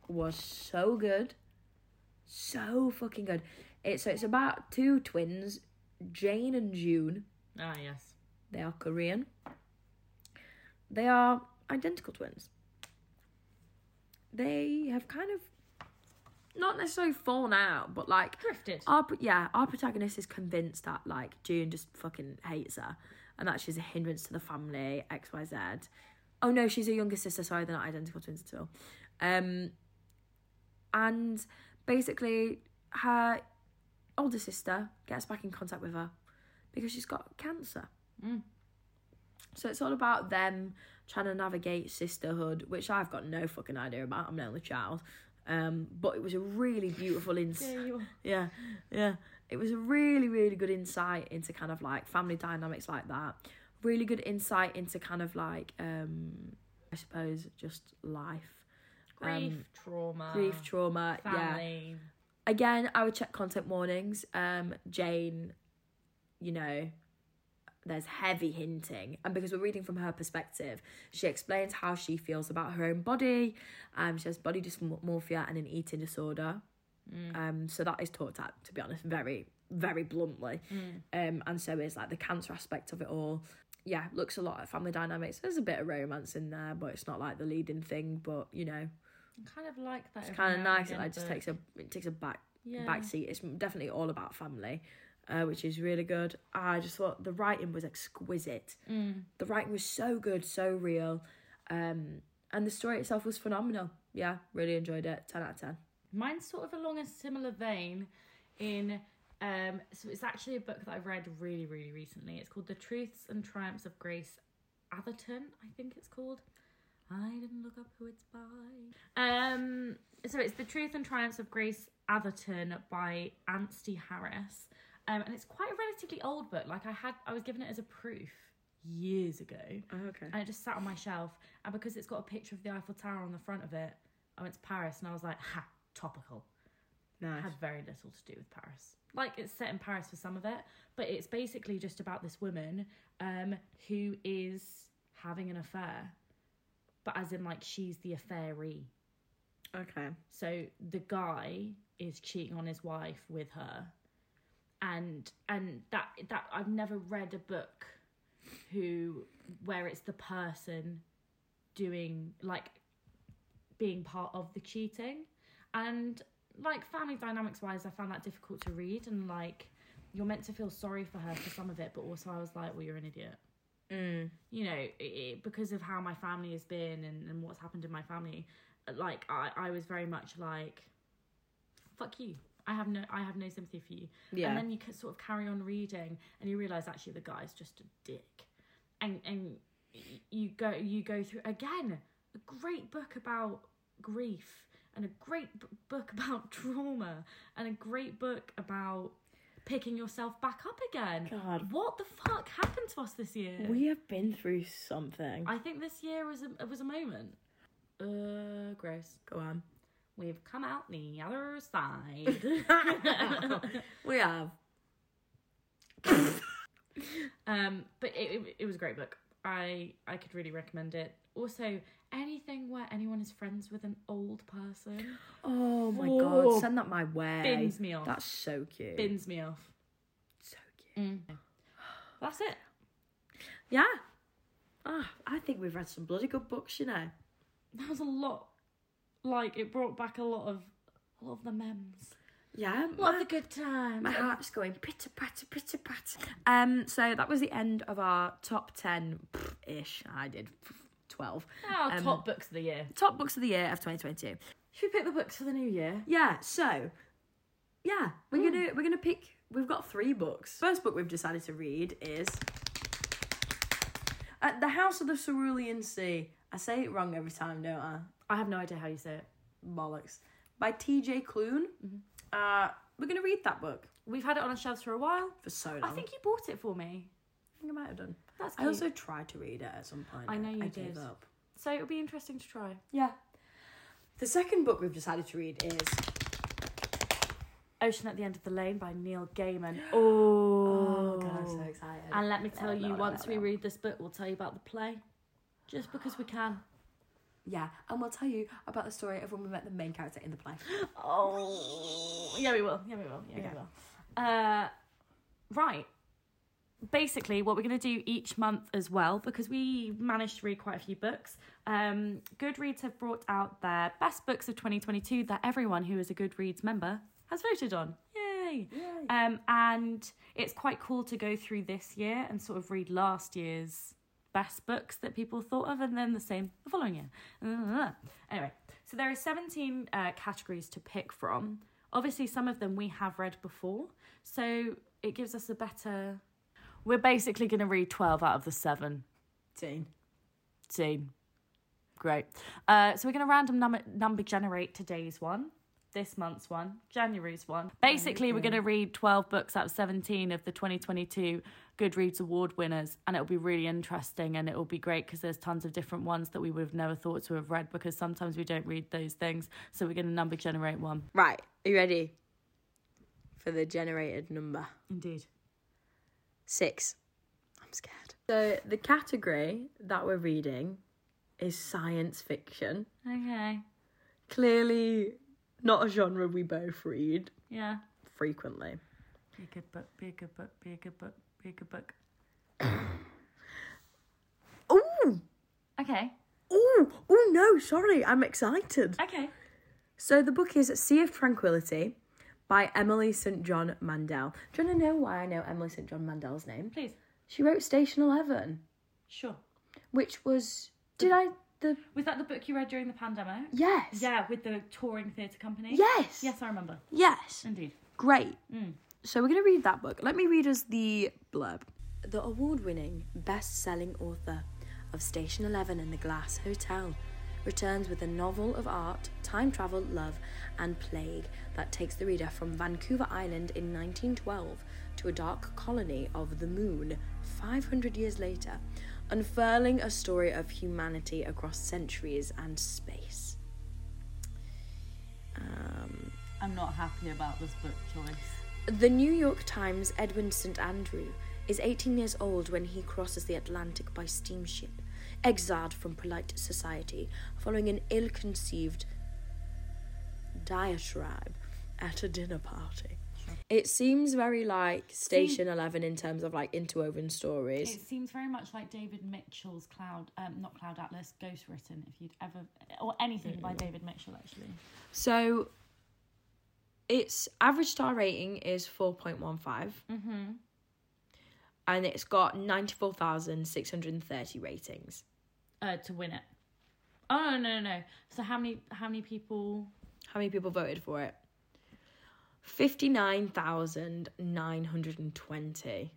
[SPEAKER 1] was so good so fucking good. It's so it's about two twins, Jane and June.
[SPEAKER 2] ah yes
[SPEAKER 1] They are Korean. They are identical twins. They have kind of not necessarily fallen out, but like
[SPEAKER 2] drifted
[SPEAKER 1] our pro- yeah, our protagonist is convinced that like June just fucking hates her, and that she's a hindrance to the family. X Y Z. Oh no, she's a younger sister. Sorry, they're not identical twins at all. Um, and basically, her older sister gets back in contact with her because she's got cancer. So it's all about them trying to navigate sisterhood, which I've got no fucking idea about. I'm an only child. Um, but it was a really beautiful insight
[SPEAKER 2] Yeah, you are.
[SPEAKER 1] yeah, yeah. It was a really, really good insight into kind of like family dynamics like that. Really good insight into kind of like, um, I suppose, just life,
[SPEAKER 2] grief
[SPEAKER 1] Um,
[SPEAKER 2] trauma
[SPEAKER 1] grief, trauma. Yeah.
[SPEAKER 2] Ah, family
[SPEAKER 1] Again, I would check content warnings. Um, Jane, you know, there's heavy hinting, and because we're reading from her perspective, she explains how she feels about her own body. Um, she has body dysmorphia and an eating disorder. Um, so that is talked at, to be honest, very, very bluntly. Um, and so is like the cancer aspect of it all. Yeah, looks a lot at family dynamics. There's a bit of romance in there, but it's not like the leading thing. But you know,
[SPEAKER 2] kind of like that.
[SPEAKER 1] it's kind of nice. It like just takes a it takes a back
[SPEAKER 2] Yeah.
[SPEAKER 1] back seat. It's definitely all about family, uh, which is really good. I just thought the writing was exquisite. The writing was so good, so real, um, and the story itself was phenomenal. Yeah, really enjoyed it. Ten out of ten.
[SPEAKER 2] Mine's sort of along a similar vein in um so it's actually a book that I read really, really recently. It's called The Truths and Triumphs of Grace Atherton, I think it's called. I didn't look up who it's by. Um so it's The Truth and Triumphs of Grace Atherton by Anstey Harris. Um and it's quite a relatively old book. Like I had I was given it as a proof years ago
[SPEAKER 1] Oh, okay.
[SPEAKER 2] and it just sat on my shelf. And because it's got a picture of the Eiffel Tower on the front of it, I went to Paris and I was like, ha, topical.
[SPEAKER 1] Nice.
[SPEAKER 2] Had very little to do with Paris. Like it's set in Paris for some of it, but it's basically just about this woman um, who is having an affair, but as in like she's the affairee.
[SPEAKER 1] Okay.
[SPEAKER 2] So the guy is cheating on his wife with her, and and that that I've never read a book who where it's the person doing like being part of the cheating, and like family dynamics wise, I found that difficult to read and like. You're meant to feel sorry for her for some of it, but also I was like, well, you're an idiot
[SPEAKER 1] Mm.
[SPEAKER 2] you know, it, it- because of how my family has been and, and what's happened in my family, like I, I was very much like, fuck you. I have no, I have no sympathy for you.
[SPEAKER 1] Yeah.
[SPEAKER 2] And then you ca- sort of carry on reading, and you realize actually the guy's just a dick, and and y- you go you go through again a great book about grief and a great b- book about trauma and a great book about picking yourself back up again.
[SPEAKER 1] God.
[SPEAKER 2] What the fuck happened to us this year?
[SPEAKER 1] We have been through something.
[SPEAKER 2] I think this year was a was a moment. Uh, gross.
[SPEAKER 1] Go on.
[SPEAKER 2] We've come out the other side.
[SPEAKER 1] we have.
[SPEAKER 2] um, but it, it it was a great book. I I could really recommend it. Also, anything where anyone is friends with an old person
[SPEAKER 1] Oh my
[SPEAKER 2] Whoa.
[SPEAKER 1] god, send that my way.
[SPEAKER 2] bins me off.
[SPEAKER 1] That's so cute.
[SPEAKER 2] bins me off.
[SPEAKER 1] So cute.
[SPEAKER 2] Mm. That's it.
[SPEAKER 1] Yeah. Ah, I think we've read some bloody good books, you know.
[SPEAKER 2] That was a lot. Like it brought back a lot of a lot of the mems.
[SPEAKER 1] Yeah.
[SPEAKER 2] A lot of the good times.
[SPEAKER 1] My heart's going pitter patter pitter patter. Um, so that was the end of our top ten ish. I did twelve
[SPEAKER 2] Our
[SPEAKER 1] um,
[SPEAKER 2] top books of the year.
[SPEAKER 1] top books of the year of 2022.
[SPEAKER 2] Should we pick the books for the new year?
[SPEAKER 1] Yeah. So, yeah, we're gonna we're gonna pick. We've got three books. First book we've decided to read is At the House of the Cerulean Sea. I say it wrong every time, don't I?
[SPEAKER 2] I have no idea how you say it.
[SPEAKER 1] Bollocks. By T.J. Klune. Uh, we're gonna read that book
[SPEAKER 2] We've had it on our shelves for a while.
[SPEAKER 1] for so long.
[SPEAKER 2] I think you bought it for me.
[SPEAKER 1] I, think I might have done.
[SPEAKER 2] That's
[SPEAKER 1] I
[SPEAKER 2] cute.
[SPEAKER 1] also tried to read it at some point.
[SPEAKER 2] I know you
[SPEAKER 1] I
[SPEAKER 2] did.
[SPEAKER 1] Gave up.
[SPEAKER 2] so it'll be interesting to try.
[SPEAKER 1] Yeah. The second book we've decided to read is
[SPEAKER 2] Ocean at the End of the Lane by Neil Gaiman. Oh,
[SPEAKER 1] excited.
[SPEAKER 2] and let me tell you,
[SPEAKER 1] no, no,
[SPEAKER 2] once we
[SPEAKER 1] no.
[SPEAKER 2] read this book, we'll tell you about the play, just because we can.
[SPEAKER 1] Yeah, and we'll tell you about the story of when we met the main character in the play.
[SPEAKER 2] Oh, yeah, we will. Yeah, we will. Yeah,
[SPEAKER 1] Okay.
[SPEAKER 2] we will. Uh, right. Basically, what we're going to do each month as well, because we managed to read quite a few books. Um, Goodreads have brought out their best books of 2022 that everyone who is a Goodreads member has voted on. Yay! Um, and it's quite cool to go through this year and sort of read last year's best books that people thought of, and then the same the following year. Anyway, so there are 17 uh, categories to pick from. Obviously, some of them we have read before, so it gives us a better. We're basically going to read 12 out of the 7
[SPEAKER 1] Teen.
[SPEAKER 2] Scene. Great. Uh, so we're going to random number, number generate today's one, this month's one, January's one. Basically, we're going to read 12 books out of 17 of the 2022 Goodreads Award winners, and it'll be really interesting and it'll be great because there's tons of different ones that we would have never thought to have read because sometimes we don't read those things. So we're going to number generate one.
[SPEAKER 1] Right, are you ready for the generated number?
[SPEAKER 2] Indeed.
[SPEAKER 1] Six. I'm scared. So, the category that we're reading is science fiction.
[SPEAKER 2] Okay.
[SPEAKER 1] Clearly, not a genre we both read
[SPEAKER 2] Yeah.
[SPEAKER 1] frequently.
[SPEAKER 2] Be a good book, be a good book, be a good book, be a good book.
[SPEAKER 1] Ooh!
[SPEAKER 2] Okay.
[SPEAKER 1] Ooh! Ooh, Oh, no, sorry, I'm excited.
[SPEAKER 2] Okay.
[SPEAKER 1] So the book is Sea of Tranquility by Emily St. John Mandel. Do you want to know why I know Emily St. John Mandel's name?
[SPEAKER 2] Please.
[SPEAKER 1] She wrote Station Eleven,
[SPEAKER 2] Sure.
[SPEAKER 1] which was did I The
[SPEAKER 2] Was that the book you read during the pandemic?
[SPEAKER 1] yes.
[SPEAKER 2] Yeah, with the touring theatre company.
[SPEAKER 1] Yes.
[SPEAKER 2] Yes, I remember.
[SPEAKER 1] Yes.
[SPEAKER 2] Indeed.
[SPEAKER 1] Great.
[SPEAKER 2] Mm.
[SPEAKER 1] So we're going to read that book. Let me read us the blurb. The award winning, best selling author of Station 11 and the Glass Hotel returns with a novel of art, time travel, love, and plague that takes the reader from Vancouver Island in 1912 to a dark colony of the moon 500 years later, unfurling a story of humanity across centuries and space. Um.
[SPEAKER 2] I'm not happy about this book choice.
[SPEAKER 1] The New York Times' Edwin St. Andrew is 18 years old when he crosses the Atlantic by steamship, exiled from polite society following an ill conceived diatribe at a dinner party. It seems very like Station 11 in terms of like interwoven stories.
[SPEAKER 2] It seems very much like David Mitchell's Cloud, um, not Cloud Atlas, Ghostwritten, if you'd ever, or anything by David Mitchell, actually.
[SPEAKER 1] So its average star rating is 4.15
[SPEAKER 2] Mm-hmm.
[SPEAKER 1] and it's got 94,630 ratings.
[SPEAKER 2] Uh, to win it. Oh no, no, no. So how many, how many people?
[SPEAKER 1] How many people voted for it? 59,920.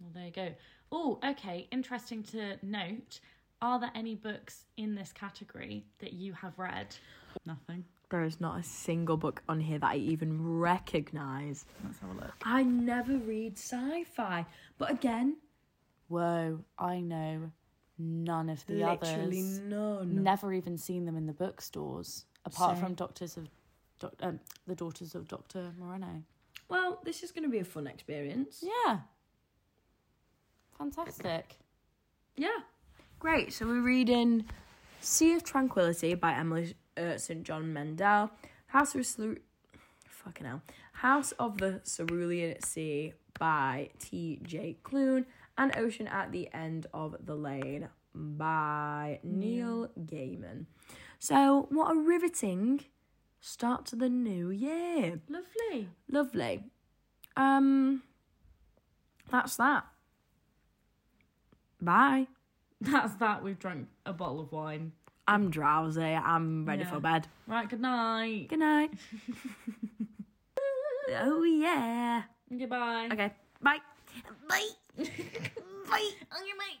[SPEAKER 2] Well, there you go. Oh, okay. Interesting to note. Are there any books in this category that you have read? Nothing.
[SPEAKER 1] There is not a single book on here that I even recognise.
[SPEAKER 2] Let's have a look.
[SPEAKER 1] I never read sci fi. But again,
[SPEAKER 3] Whoa, I know none of the
[SPEAKER 1] literally
[SPEAKER 3] others.
[SPEAKER 1] none.
[SPEAKER 3] Never even seen them in the bookstores, apart
[SPEAKER 1] Same.
[SPEAKER 3] from Doctors of doc, um, the Daughters of Doctor Moreno.
[SPEAKER 1] well, this is going to be a fun experience.
[SPEAKER 3] Yeah, fantastic.
[SPEAKER 1] Yeah. Great. So we're reading Sea of Tranquility by Emily uh, St. John Mendel, House of Slu- fucking hell. House of the Cerulean Sea by T.J. Clune, and Ocean at the End of the Lane by Neil Gaiman. So, what a riveting start to the new year.
[SPEAKER 2] Lovely.
[SPEAKER 1] Lovely. Um, that's that. Bye.
[SPEAKER 2] That's that. We've drunk a bottle of wine.
[SPEAKER 1] I'm drowsy. I'm ready
[SPEAKER 2] Yeah.
[SPEAKER 1] for bed.
[SPEAKER 2] Right. Good night.
[SPEAKER 1] Good night. oh yeah.
[SPEAKER 2] Goodbye.
[SPEAKER 1] Okay. Bye.
[SPEAKER 2] Bye. Bye. On your mic.